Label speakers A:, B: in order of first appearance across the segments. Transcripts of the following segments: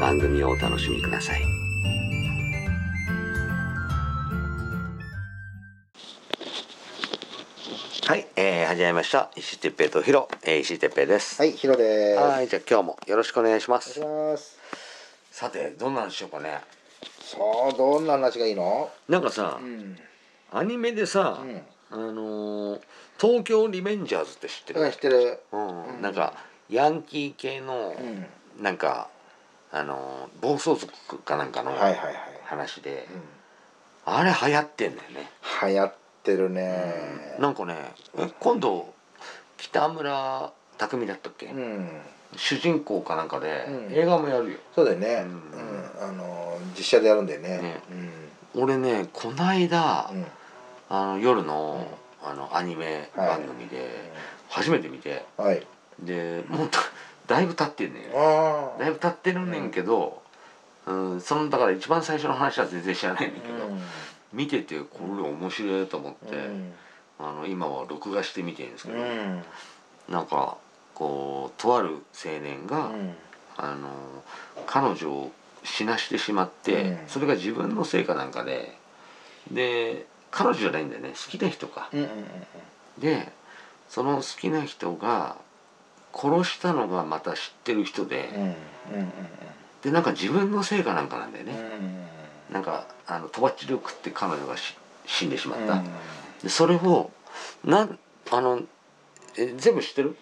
A: 番組をお楽しみください。はい、えー、始めました。石井哲平とヒロ、えー、石井哲平です。
B: はい、ヒロです。
A: はい、じゃあ今日もよろしくお願いしま
B: お
A: す。
B: 願いします。
A: さて、どんなんしようかね。
B: さあ、どんな話がいいの？
A: なんかさ
B: う、ん。
A: アニメでさ、
B: うん。
A: あのー東京リベンジャーズって知って
B: だから
A: る
B: 知っ、てる。
A: うん
B: うん
A: なんかヤンキー系の、
B: うん。
A: なんか、あのー暴走族かなんかの
B: はいはいはい。
A: 話で、
B: う
A: あれ流行ってんだよね、
B: ん。流行ってるね。
A: なんかねえ今度北村匠海だったっけ、
B: うん。
A: 主人公かなんかで、
B: うん
A: 映画もやるよ
B: そうだよね。う
A: う
B: んん。あの実写でやるんだよね
A: ね。俺ねこないだ、
B: うん。うん。
A: あの夜の,、あのアニメ番組で初めて見て、
B: はい。
A: でもうだだいぶ経ってんねよ
B: ああ。
A: だいぶ経ってるねんけど、うんそのだから一番最初の話は全然知らないんだけど、見ててこれ面白いと思って、
B: うん。
A: あの今は録画して見てるんですけ
B: う
A: ど、
B: ん。
A: なんかこうとある青年
B: う
A: が、
B: ん。
A: あの彼女を死なしてしまって、
B: うん
A: それが自分のせいかなんかでで彼女じゃないんだよね好きな人か。
B: うん。
A: でその好きな人が殺したのがまた知ってる人で、
B: うん。うん。うん。
A: でなんか自分のせいかなんかなんだよね。
B: うん。
A: なんかあのとばっちりを食って彼女がし死んでしまっ
B: う
A: た、
B: ん。
A: でそれをなんあのえ全部知ってる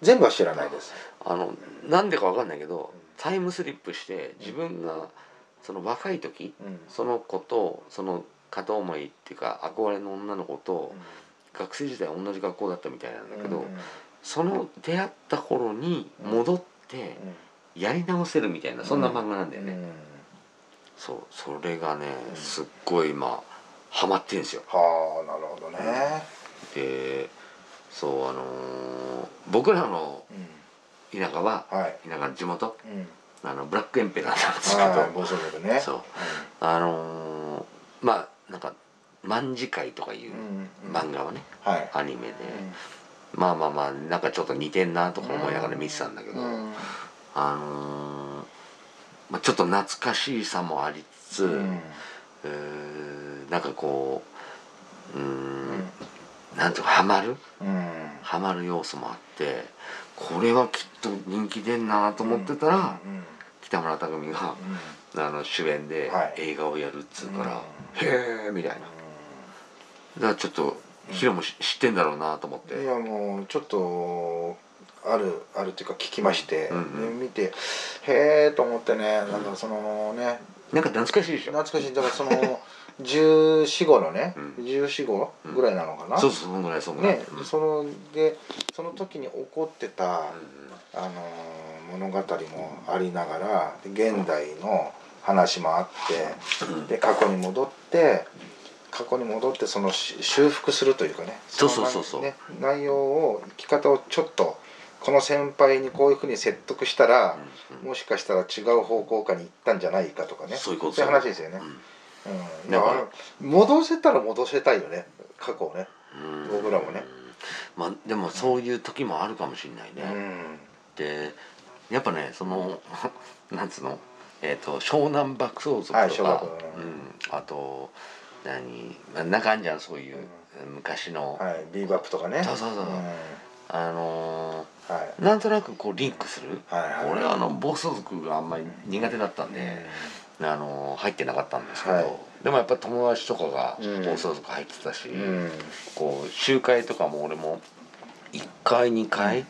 B: 全部は知らないです。
A: あのなんでかわかんないけど
B: うん
A: タイムスリップして自分がその若い時
B: うん。
A: その子とその片思いっていうか憧れの女の子と学生時代同じ学校だったみたいなんだけど、
B: うん
A: その出会った頃に戻って
B: うん
A: やり直せるみたいなそんな漫画なんだよね、
B: うん
A: そうそれがね
B: うん
A: すっごい今ハマってんですよ
B: はあなるほどね、
A: でそうあのー僕らの
B: うん
A: 田舎は
B: はい、
A: 田舎の地元
B: うん、
A: あのブラックエンペラーなんですけど、
B: はい暴走族ね、
A: そうあのーまあなんか「卍会」とかい
B: う
A: ううん
B: んうん、
A: 漫画はね
B: はい、
A: アニメで、
B: う
A: まあまあまあなんかちょっと似てんなとか思いながら見てたんだけど、
B: んうん
A: あのーまあ、ちょっと懐かしさもありつつ、
B: うん
A: えーなんかこううー
B: うんん
A: なんとかハマる
B: うん
A: ハマる要素もあってこれはきっと人気出んなと思ってたら、
B: うんうん
A: 北村匠海が
B: うん
A: あの主演で
B: はい
A: 映画をやるっつうから、へえみたいなだからちょっとヒロもし知ってんだろうなと思って、
B: いやもうちょっとあるあるっていうか聞きまして、
A: うんうん
B: で見てへえと思ってねなんかそのね
A: なんか懐かしいでしょ
B: 懐かしいだからそ の1415のね、
A: うん
B: 1415ぐらいなのかな、
A: そうそうそんぐらいそんぐらい、
B: ね
A: うん、
B: そのでその時に起こってた、
A: う
B: あのー物語もありながらで現代の話もあってで過去に戻って過去に戻ってそのし修復するというかね
A: そう
B: の
A: そうそうそう
B: ね、内容を生き方をちょっとこの先輩にこういうふうに説得したら、
A: ん
B: もしかしたら違う方向かに行ったんじゃないかとかね
A: そういうこと
B: いう話ですよね、うん
A: だから
B: まあ戻せたら戻せたいよね過去をね。
A: うん
B: 僕らもね
A: まあでもそういう時もあるかもしれないうね、
B: ん
A: でやっぱねその なんつうのえっ、と湘南爆走
B: は
A: 族
B: い
A: とか、
B: 湘南
A: うん、あと何まあなんかあんじゃんそういう昔の、
B: はい、ビーバップとかね。
A: そうそうそう
B: うん
A: あのー
B: はい
A: なんとなくこうリンクする、
B: はいはい
A: 俺はあの暴走族があんまり苦手だったんで、あの入ってなかったんですけど、
B: はい
A: でもやっぱ友達とかが
B: うん
A: 暴走族入ってたし、
B: うんうん
A: こう集会とかも俺も1回2回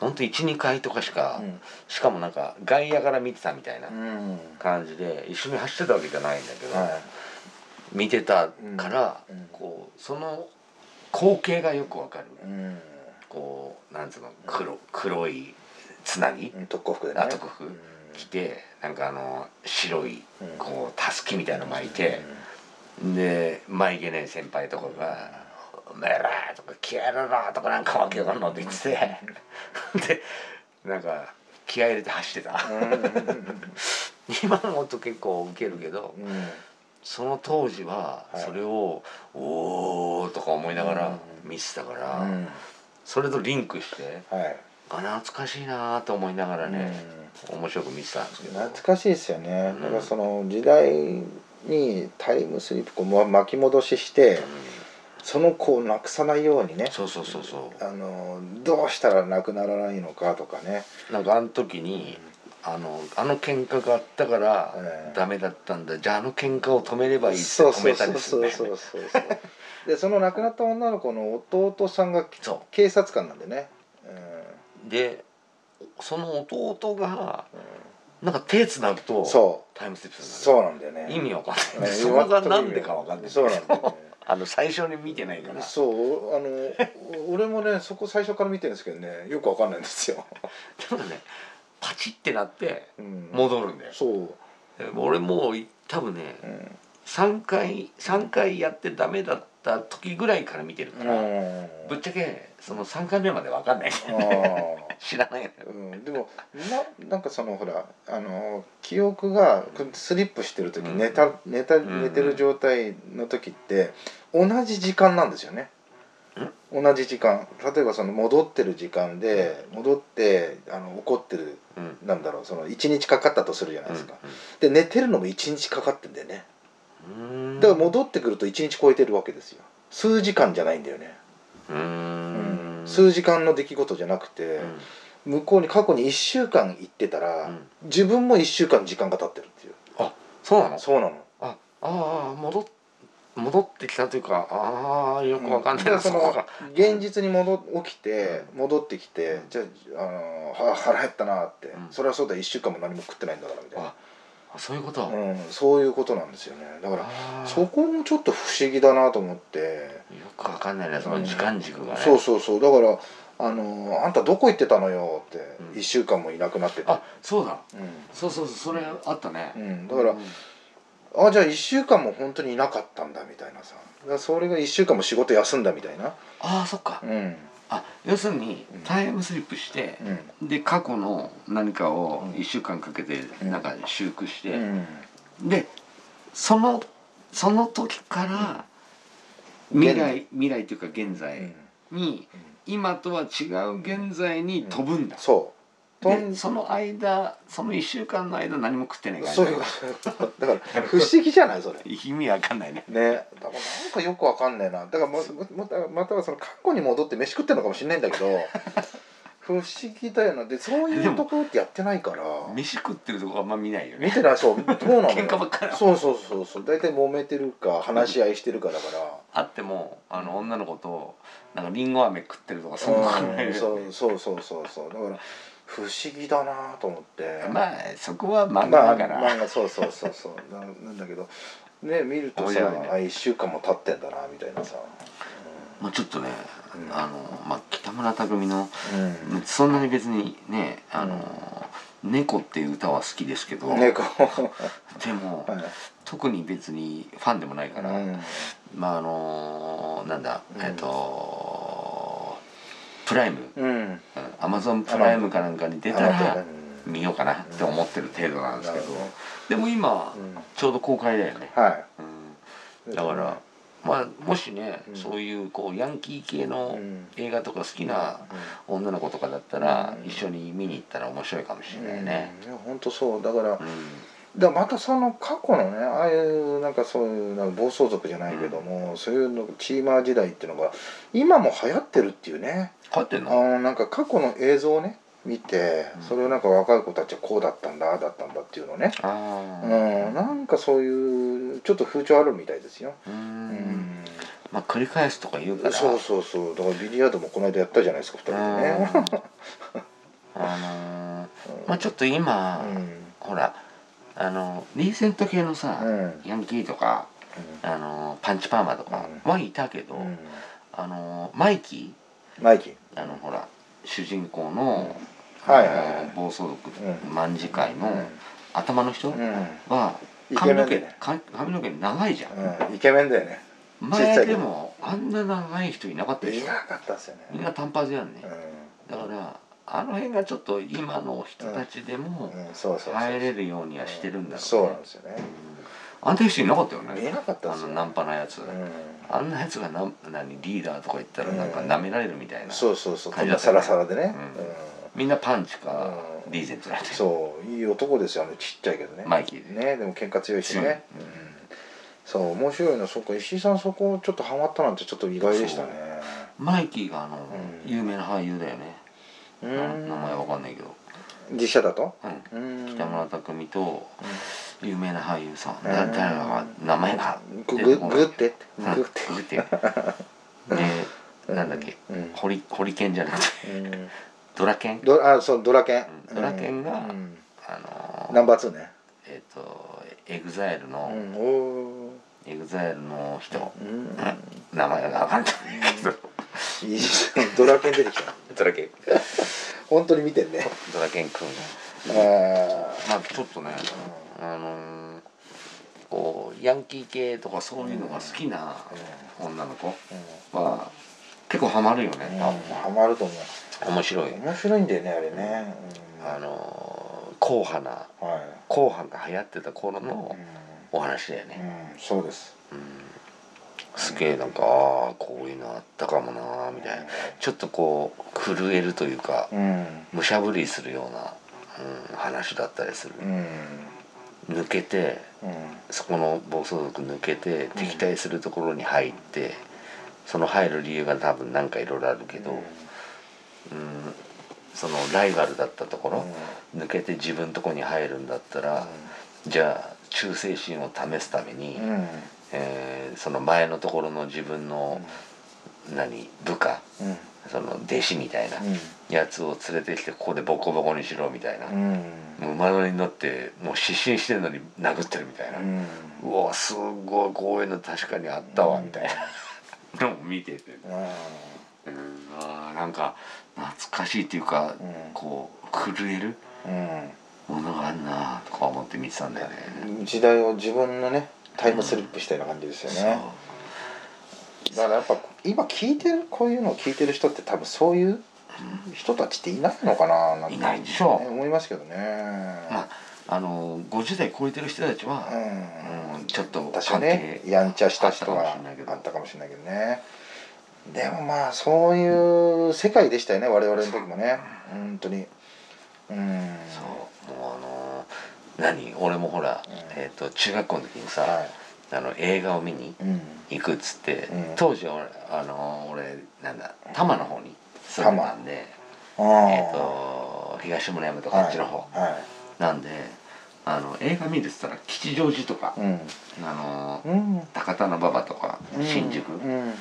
A: ほんと12回とかしか、しかもなんか外野から見てたみたいな
B: うんうん
A: 感じで一緒に走ってたわけじゃないんだけど、
B: は
A: 見てたから、
B: うんうん
A: こうその光景がよくわかる、
B: いうん
A: こうなんつうの黒黒いつなぎ、
B: うん特攻服でね
A: あ特攻服
B: うん
A: 着てなんかあの白い
B: うん
A: こうたすきみたいの巻いて、で眉毛ね先輩とかが「おめえら」とか「気合い入れろ」とかなんかわけわかんないこと言ってて でなんか気合い入れて走ってた
B: うんうんうん
A: 今の音結構ウケるけど
B: うん うん
A: その当時は
B: はい
A: それを「おお」とか思いなが
B: うん
A: ら見てたから、
B: うん
A: それとリンクして
B: はい
A: あ懐かしいなーと思いながらね、面白く見てたんですけど
B: 懐かしいですよね、
A: うん
B: だからその時代にタイムスリップこうま巻き戻ししてその子をなくさないようにね
A: そうそうそうそ
B: あのどうしたらなくならないのかとかね
A: うなんかあの時にあのあの喧嘩があったから
B: ええ
A: ダメだったんだ、じゃああの喧嘩を止めればいいって
B: そう
A: 止
B: そう
A: めた
B: そ
A: り
B: う
A: するん
B: そう
A: だよ
B: そ
A: ね
B: うそうでその亡くなった女の子の弟さんが
A: そ
B: 警察官なんでね、
A: うでその弟が
B: うん
A: なんか手つなぐ
B: う
A: と
B: ん、そ
A: タイムスリップ
B: う
A: するん
B: そうなんだよね
A: だよね意味わかん
B: うん
A: ない
B: 全く
A: そ
B: 意
A: こ
B: 味わ
A: がなんでかわかんない
B: そうなんだよね
A: あの最初に見てないから
B: そうあの俺もねそこ最初から見てるんですけどねよくわかんないんですよ、
A: でもねパチってなって
B: うん、
A: 戻るんだよ
B: そう、
A: で俺もう多分ね
B: うん
A: 3回三回やってダメだった時ぐらいから見てるから、
B: うん
A: ぶっちゃけその3回目まで分かんない 知らないのよ
B: うん、でもななんかそのほらあの記憶がスリップしてる時、
A: うん
B: 寝た寝た
A: ん
B: 寝てる状態の時って同じ時間なんですよね。同じ時間例えばその戻ってる時間で戻ってあの怒ってる
A: うん
B: なんだろうその1日かかったとするじゃないですか、
A: う
B: で寝てるのも1日かかってんだよね
A: んうん
B: だから戻ってくると1日超えてるわけですよ数時間じゃないんだよね、
A: うーん
B: 数時間の出来事じゃなくて、
A: うん
B: 向こうに過去に1週間行ってたら、
A: うん
B: 自分も1週間時間が経ってるっていう
A: そうなの
B: そうなの
A: あああ戻っ戻ってきたというかああよく分かんない
B: だ
A: な、
B: らそ
A: そこ
B: の
A: が
B: 現実に戻起きて戻ってきて、じゃあ、あのーは腹減ったなって、
A: うん
B: それはそうだ1週間も何も食ってないんだからみたいな
A: ああそういうこと、あ
B: うん、そういうことなんですよねだから
A: あ
B: そ
A: よ
B: こもちょっと不思議だなと思って、
A: く分かんないねその時間軸がね、
B: そうそうそうだからあのーあんたどこ行ってたのよって、
A: う
B: 一
A: ん
B: 1週間もいなくなってて
A: あそうだ
B: う
A: そうそうそうそれあったね、
B: ん、うん、だから、
A: うん
B: あじゃあ1週間も本当にいなかったんだみたいなさだからそれが1週間も仕事休んだみたいな
A: ああそっか、
B: うんうん
A: あ要するに
B: うん
A: タイムスリップして、で過去の何かを1週間かけて
B: うん
A: なんか修復し
B: う
A: て、
B: ん
A: でそのその時から未来未来というか現
B: う
A: 在
B: ん
A: に今とは違う現在に飛ぶんだ、
B: そうとん
A: でその間その1週間の間何も食ってないからね
B: そういうことだから不思議じゃないそれ
A: 意味わかんないね
B: ねだからなんかよくわかんないなだからももまたまたはその過去に戻って飯食ってるのかもしれないんだ けど不思議だよなでそういうところってやってないから
A: 飯食ってるとこあんま見ないよ
B: 見
A: ね
B: てない そうそうなのよ
A: 喧嘩ばっかり
B: そうそうそうそう大体揉めてるか話し合いしてるかだから
A: あってもあの女の子となんかリンゴ飴食ってるとかそんなことないよ
B: う
A: ね
B: んそうそうそうそうそうだから不思議だなと思って
A: まあそこは
B: ま
A: 漫画だから、
B: あ漫画そうそうそうそう ななんだけどね見ると
A: 面
B: さ、
A: 白いね
B: あ1週間も経ってんだなみたいなさ、
A: まあ、ちょっとね、
B: うん
A: あの、まあ、北村匠海の
B: うん
A: そんなに別にね「あの猫」っていう歌は好きですけど、
B: 猫
A: でも、特に別にファンでもないから、
B: うん
A: まああのなんだ
B: うん
A: えっと、プライム
B: うん
A: アマゾンプライムかなんかに出た
B: あ
A: ら
B: のうん
A: 見ようかなって思ってる程度なんですけど、
B: なるほどね
A: でも今、
B: うん
A: ちょうど公開だよね。
B: は
A: うん
B: い
A: だから、まあ、もしね、
B: うん
A: そういうこうヤンキー系
B: う
A: の
B: ん
A: 映画とか好きな女の子とかだったら、一緒に見に行ったら面白いかもし
B: う
A: れ
B: ん
A: ないね。
B: うんいや本当そうだから
A: うん
B: だからまたその過去のねああいうなんかそういうなんか暴走族じゃないけども、そういうのチーマー時代っていうのが今も流行ってるっていうね
A: 流行ってん
B: あ
A: の
B: のなんか過去の映像をね見て
A: うん
B: それをなんか若い子たちはこうだったんだああだったんだっていうのね、
A: あ
B: う
A: ー
B: ん、なんかそういうちょっと風潮あるみたいですよ、
A: うー
B: うんん、
A: まあ繰り返すとか言うから
B: そうそうそうだからビリヤードもこの間やったじゃないですか2人
A: うん
B: でね、
A: あのー
B: うん
A: まあちょっと今、ほらあのリーゼント系のさ、
B: うんうん
A: ヤンキーとかあのパンチパーマとかはいたけど、
B: うん
A: あのマイキ
B: マイキー
A: ーあのほら主人公の,、
B: はいはいはい
A: あの暴走族
B: う
A: 卍会の、頭の人
B: う
A: は
B: イケ
A: 髪
B: メ
A: の
B: ンだ
A: 毛
B: よね
A: か髪の毛長いじゃん、
B: んうんイケメンだよね小さ
A: 前
B: いけ
A: で
B: ど
A: もあんな長い人いなかったで
B: い
A: しょ
B: なかったっすよね
A: みんな短髪やんね
B: う、
A: だからあの辺がちょっと今の人たちでも
B: んうんそうそうそう
A: 入れるようにはしてるんだろうね、
B: そうなんですよね
A: あんた人いなかったよね
B: いなかった
A: あ
B: です
A: の
B: よ
A: ナンパなやつ、
B: うん
A: あんなやつがな何リーダーとか言ったらなんか
B: うん
A: 舐められるみたいな、
B: そうそうそう
A: 感じだった
B: サ
A: よね
B: ラサラでね
A: うん
B: うん
A: みんなパンチか
B: うん
A: リーゼントだって
B: そういい男ですよねちっちゃいけどね
A: マイキーで
B: ねでも喧嘩強いし
A: 強い
B: ねうんそう面白いなそっか石井さんそこちょっとハマったなんてちょっと意外でしたね
A: マイキーがあの、
B: うん
A: 有名な俳優だよね、
B: う
A: な名
B: ん
A: 前わかんないけど、
B: 実写だと
A: う
B: う
A: ん
B: ん
A: 北村匠海と有名な俳優さん、
B: うん
A: だ誰だか名前が
B: ぐ
A: 出て
B: ぐ
A: こない
B: ぐってって
A: うん
B: ぐっ
A: グっててでなんだっけ、
B: うん
A: ホリホリケンじゃなくて
B: うん
A: ドラケン
B: ドあそうドラケン
A: うんドラケンが
B: うん
A: あのー
B: ナンバー2ね
A: えっ、とエグザイル
B: う
A: の、
B: んおー
A: エグザイルの人、
B: うん
A: 名前が分かんないけど
B: いいですねドラケン出てきた
A: ドラケン
B: 本当に見てん ね
A: ドラケン君
B: あ
A: まあちょっとねあのーこうヤンキー系とかそういうのが好きな女の子は結構ハマるよね
B: ハマると思う
A: 面白い
B: 面白いんだよねあれねうん
A: あのー硬派な
B: は
A: 硬派が流行ってた頃
B: い
A: の
B: う
A: お話だよね
B: んうんそうです
A: すげえなんかああこういうのあったかもなーみたいなちょっとこう震えるというか
B: うん
A: むしゃぶりするような、うん、話だったりする
B: うん
A: 抜けて
B: うん
A: そこの暴走族抜けて敵対するところに入って、その入る理由が多分なんかいろいろあるけど、うんそのライバルだったところ、抜けて自分とこに入るんだったら、じゃあ忠誠心を試すために、
B: うん
A: えーその前のところの自分の、何部下
B: うん
A: その弟子みたいな
B: うん
A: やつを連れてきてここでボコボコにしろみたいな、
B: うん
A: もう馬乗りに乗ってもう失神してるのに殴ってるみたいな。
B: うん
A: うわすごいこういうの確かにあったわみたいな のを見てて、うん、あーなんか懐かしいっていうか、
B: うん
A: こう震える
B: う
A: ものがあるなとか思って見てたんだよね、
B: ん時代を自分のねタイムスリップしたような感じですよ
A: そう
B: ね、だからやっぱ今聞いてるこういうのを聞いてる人って多分そういう人たちっていないのかななんて
A: いないでしょ
B: ね思いますけどね、
A: まああの50代超えてる人たちは、
B: うん
A: うんちょっと
B: 多少ね
A: 関係
B: やんちゃした人
A: あ
B: は
A: ったかもしれないけど
B: あったかもしれないけどねでもまあそういう世界でしたよね我々の時もね本当にうん
A: そうもうあのー何俺もほら、
B: うん
A: えー、と中学校の時にさ、
B: は
A: あの映画を見に
B: い、うん、
A: 行くっつって、
B: うん
A: 当時俺あの俺なんだ多摩の方に住んでたんで、
B: あ
A: えー、と東村山とかあっちの方、
B: はい、は
A: なんであの映画見るっつったら吉祥寺とか、
B: い、うん
A: あの
B: うん
A: 高田馬場とか新宿、
B: うん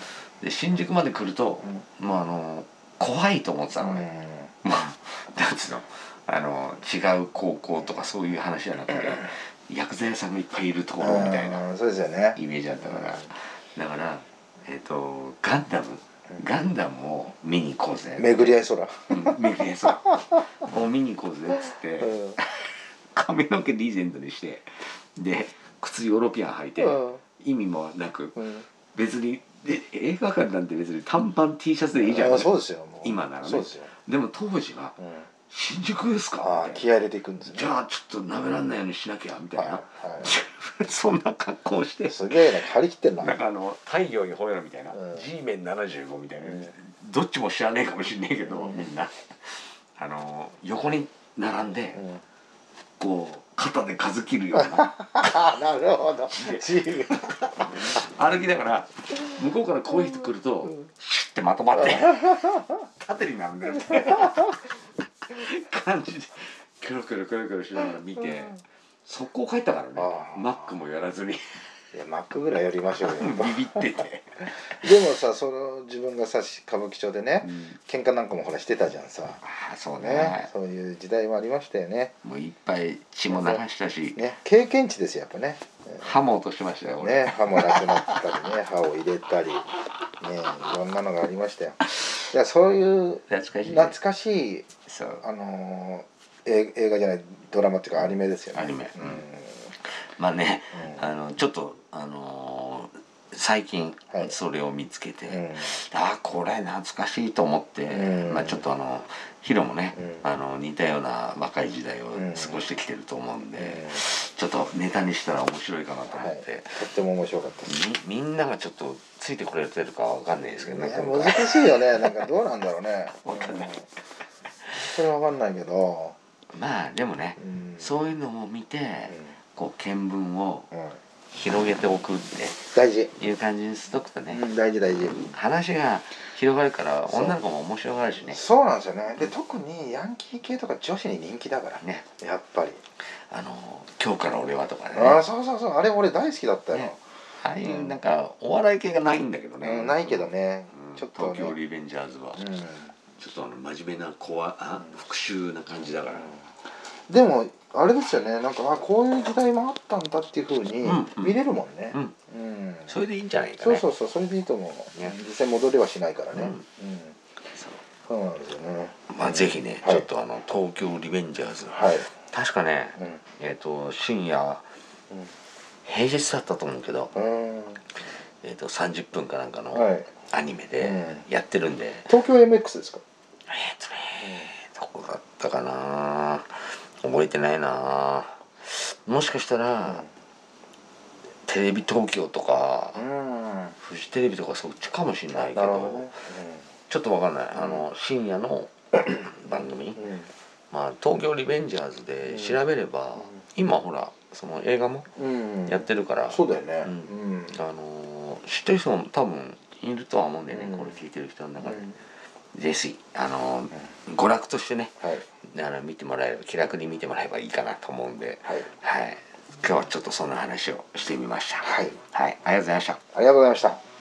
A: で新宿まで来ると、もうあの怖いと思ってたのね、まあなんつうのあの違う高校とかそういう話じゃなくて薬剤屋さんがいっぱいいるところみたいな。
B: うんそうですよね
A: イメージだったからだからえっ、とガンダムガンダムを見に行こうぜ
B: 巡り合い空
A: うん巡り合いそうもう見に行こうぜっつって
B: うん
A: 髪の毛リーゼントにしてで靴ヨーロピアン履いて
B: うん
A: 意味もなく
B: うん
A: 別にで映画館なんて別に短パン T シャツでいいじゃ
B: あ
A: ん
B: そうですよもう
A: 今ならね
B: そうですよ、
A: でも当時は
B: うん、
A: 「新宿です
B: あ
A: か?
B: あ」
A: みたい
B: 気合い入れていくんです
A: な
B: ね
A: じゃあちょっとなめらんないようにしなきゃみたい
B: はい
A: な
B: は
A: そんな格好をして
B: い、すげえね張り切ってんな
A: なんかあの「太陽に吠えろ」みたいな
B: うん
A: 「G メン75」みたいな、
B: うん
A: どっちも知らねえかもしんねえけど、
B: うん
A: みんなあの横に並んで
B: うん
A: こう肩で数切るような
B: あなるほど自由
A: 歩きながら向こうからこういう人来るとシュッてまとまって縦に並んでるみたいな感じでキョロキョロキョロキョロしながら見て速攻帰ったからね
B: あー
A: マックもやらずに
B: いやマックぐらいやりましょうよ
A: ビビってて、
B: でもさその自分がさし歌舞伎町でね
A: うん
B: 喧嘩なんかもほらしてたじゃんさ
A: ああそう
B: ね
A: ね
B: そういう時代もありましたよね
A: もういっぱい血も流したし
B: ね経験値ですよやっぱね
A: 歯も落としましたよ俺、
B: ね歯もなくなったりね 歯を入れたりねいろんなのがありましたよいやそういう
A: 懐かしい
B: 懐かしい
A: そう
B: あのーえ映画じゃないドラマっていうかアニメですよね
A: アニメ
B: うん
A: まあね、
B: うん
A: あのちょっとあのー最近
B: はい
A: それを見つけて、
B: うん
A: ああこれ懐かしいと思って、
B: うん
A: まあ、ちょっとあのヒロもね、
B: うん
A: あの似たような若い時代を
B: うん
A: 過ごしてきてると思うんで、
B: うん
A: ちょっとネタにしたら面白いかなと
B: は
A: 思
B: い
A: って、
B: とっても面白かったです
A: みみんながちょっとついてくれてるかわかんないですけど
B: い
A: ね
B: や
A: 今回
B: 難しいよね なんかどうなんだろうね
A: わかんない
B: うんそれは分かんないけど、
A: まあでもね、
B: うん
A: そういうのも見て、こう見聞を
B: うんうん
A: 広げておくっ
B: 大事、
A: ていう感じにしとくとね、
B: うん大事大事
A: 話が広がるから
B: そう
A: 女の子も面白がるしね
B: そうなんですよねで特にヤンキー系とか女子に人気だから
A: ね
B: やっぱり、
A: あの「今日から俺は」とかね
B: ああ
A: あ
B: そうそうそうあれ俺大好きだったよ、
A: ねあいうなんかお笑い系がないんだけどね、
B: うん、ないけどね、
A: うん、
B: ちょっと、ね、
A: 東京リベンジャーズは、
B: う
A: ちょ
B: ん
A: っとあの真面目な怖いあ復讐な感じだから、
B: でもあれですよねなんかあこういう時代もあったんだっていうふうに
A: うんうん
B: 見れるもんね
A: うん
B: うん
A: それでいいんじゃないか
B: そう
A: ね
B: そうそうそれでいいと思う、
A: ね
B: 実際戻れはしないからね、
A: う
B: うんん
A: そう
B: そうなんですよね
A: まあぜひね、
B: はい
A: ちょっとあの東京リベンジャーズ、
B: はい、
A: 確かね、
B: うん
A: えっ、と深夜、
B: うん
A: 平日だったと思うけど、
B: うん
A: えー、と30分かなんかの
B: はい
A: アニメで
B: う
A: やってるんで、
B: 東京 MX ですか
A: えっとねどこだったかな覚えてないなもしかしたら、テレビ東京とか、
B: ん
A: フジテレビとかそっちかもしれないけ
B: な
A: ど
B: るほどね
A: ちょっとわかんないあの深夜 の番
B: う
A: 組、
B: んうん
A: まあ、東京リベンジャーズで調べれば、今ほらその映画も
B: うん
A: やってるから、
B: そうだよね
A: う
B: うん
A: あのー知ってる人も多分いるとは思うんでね、
B: うん
A: これ聞いてる人の中で、
B: うん
A: ぜひあのー娯楽としてね
B: はい
A: あの見てもらえれば気楽に見てもらえばいいかなと思うんで、
B: はい
A: はい、今日はちょっとそんな話をしてみました。
B: はい
A: はい、ありがとうございました
B: ありがとうございました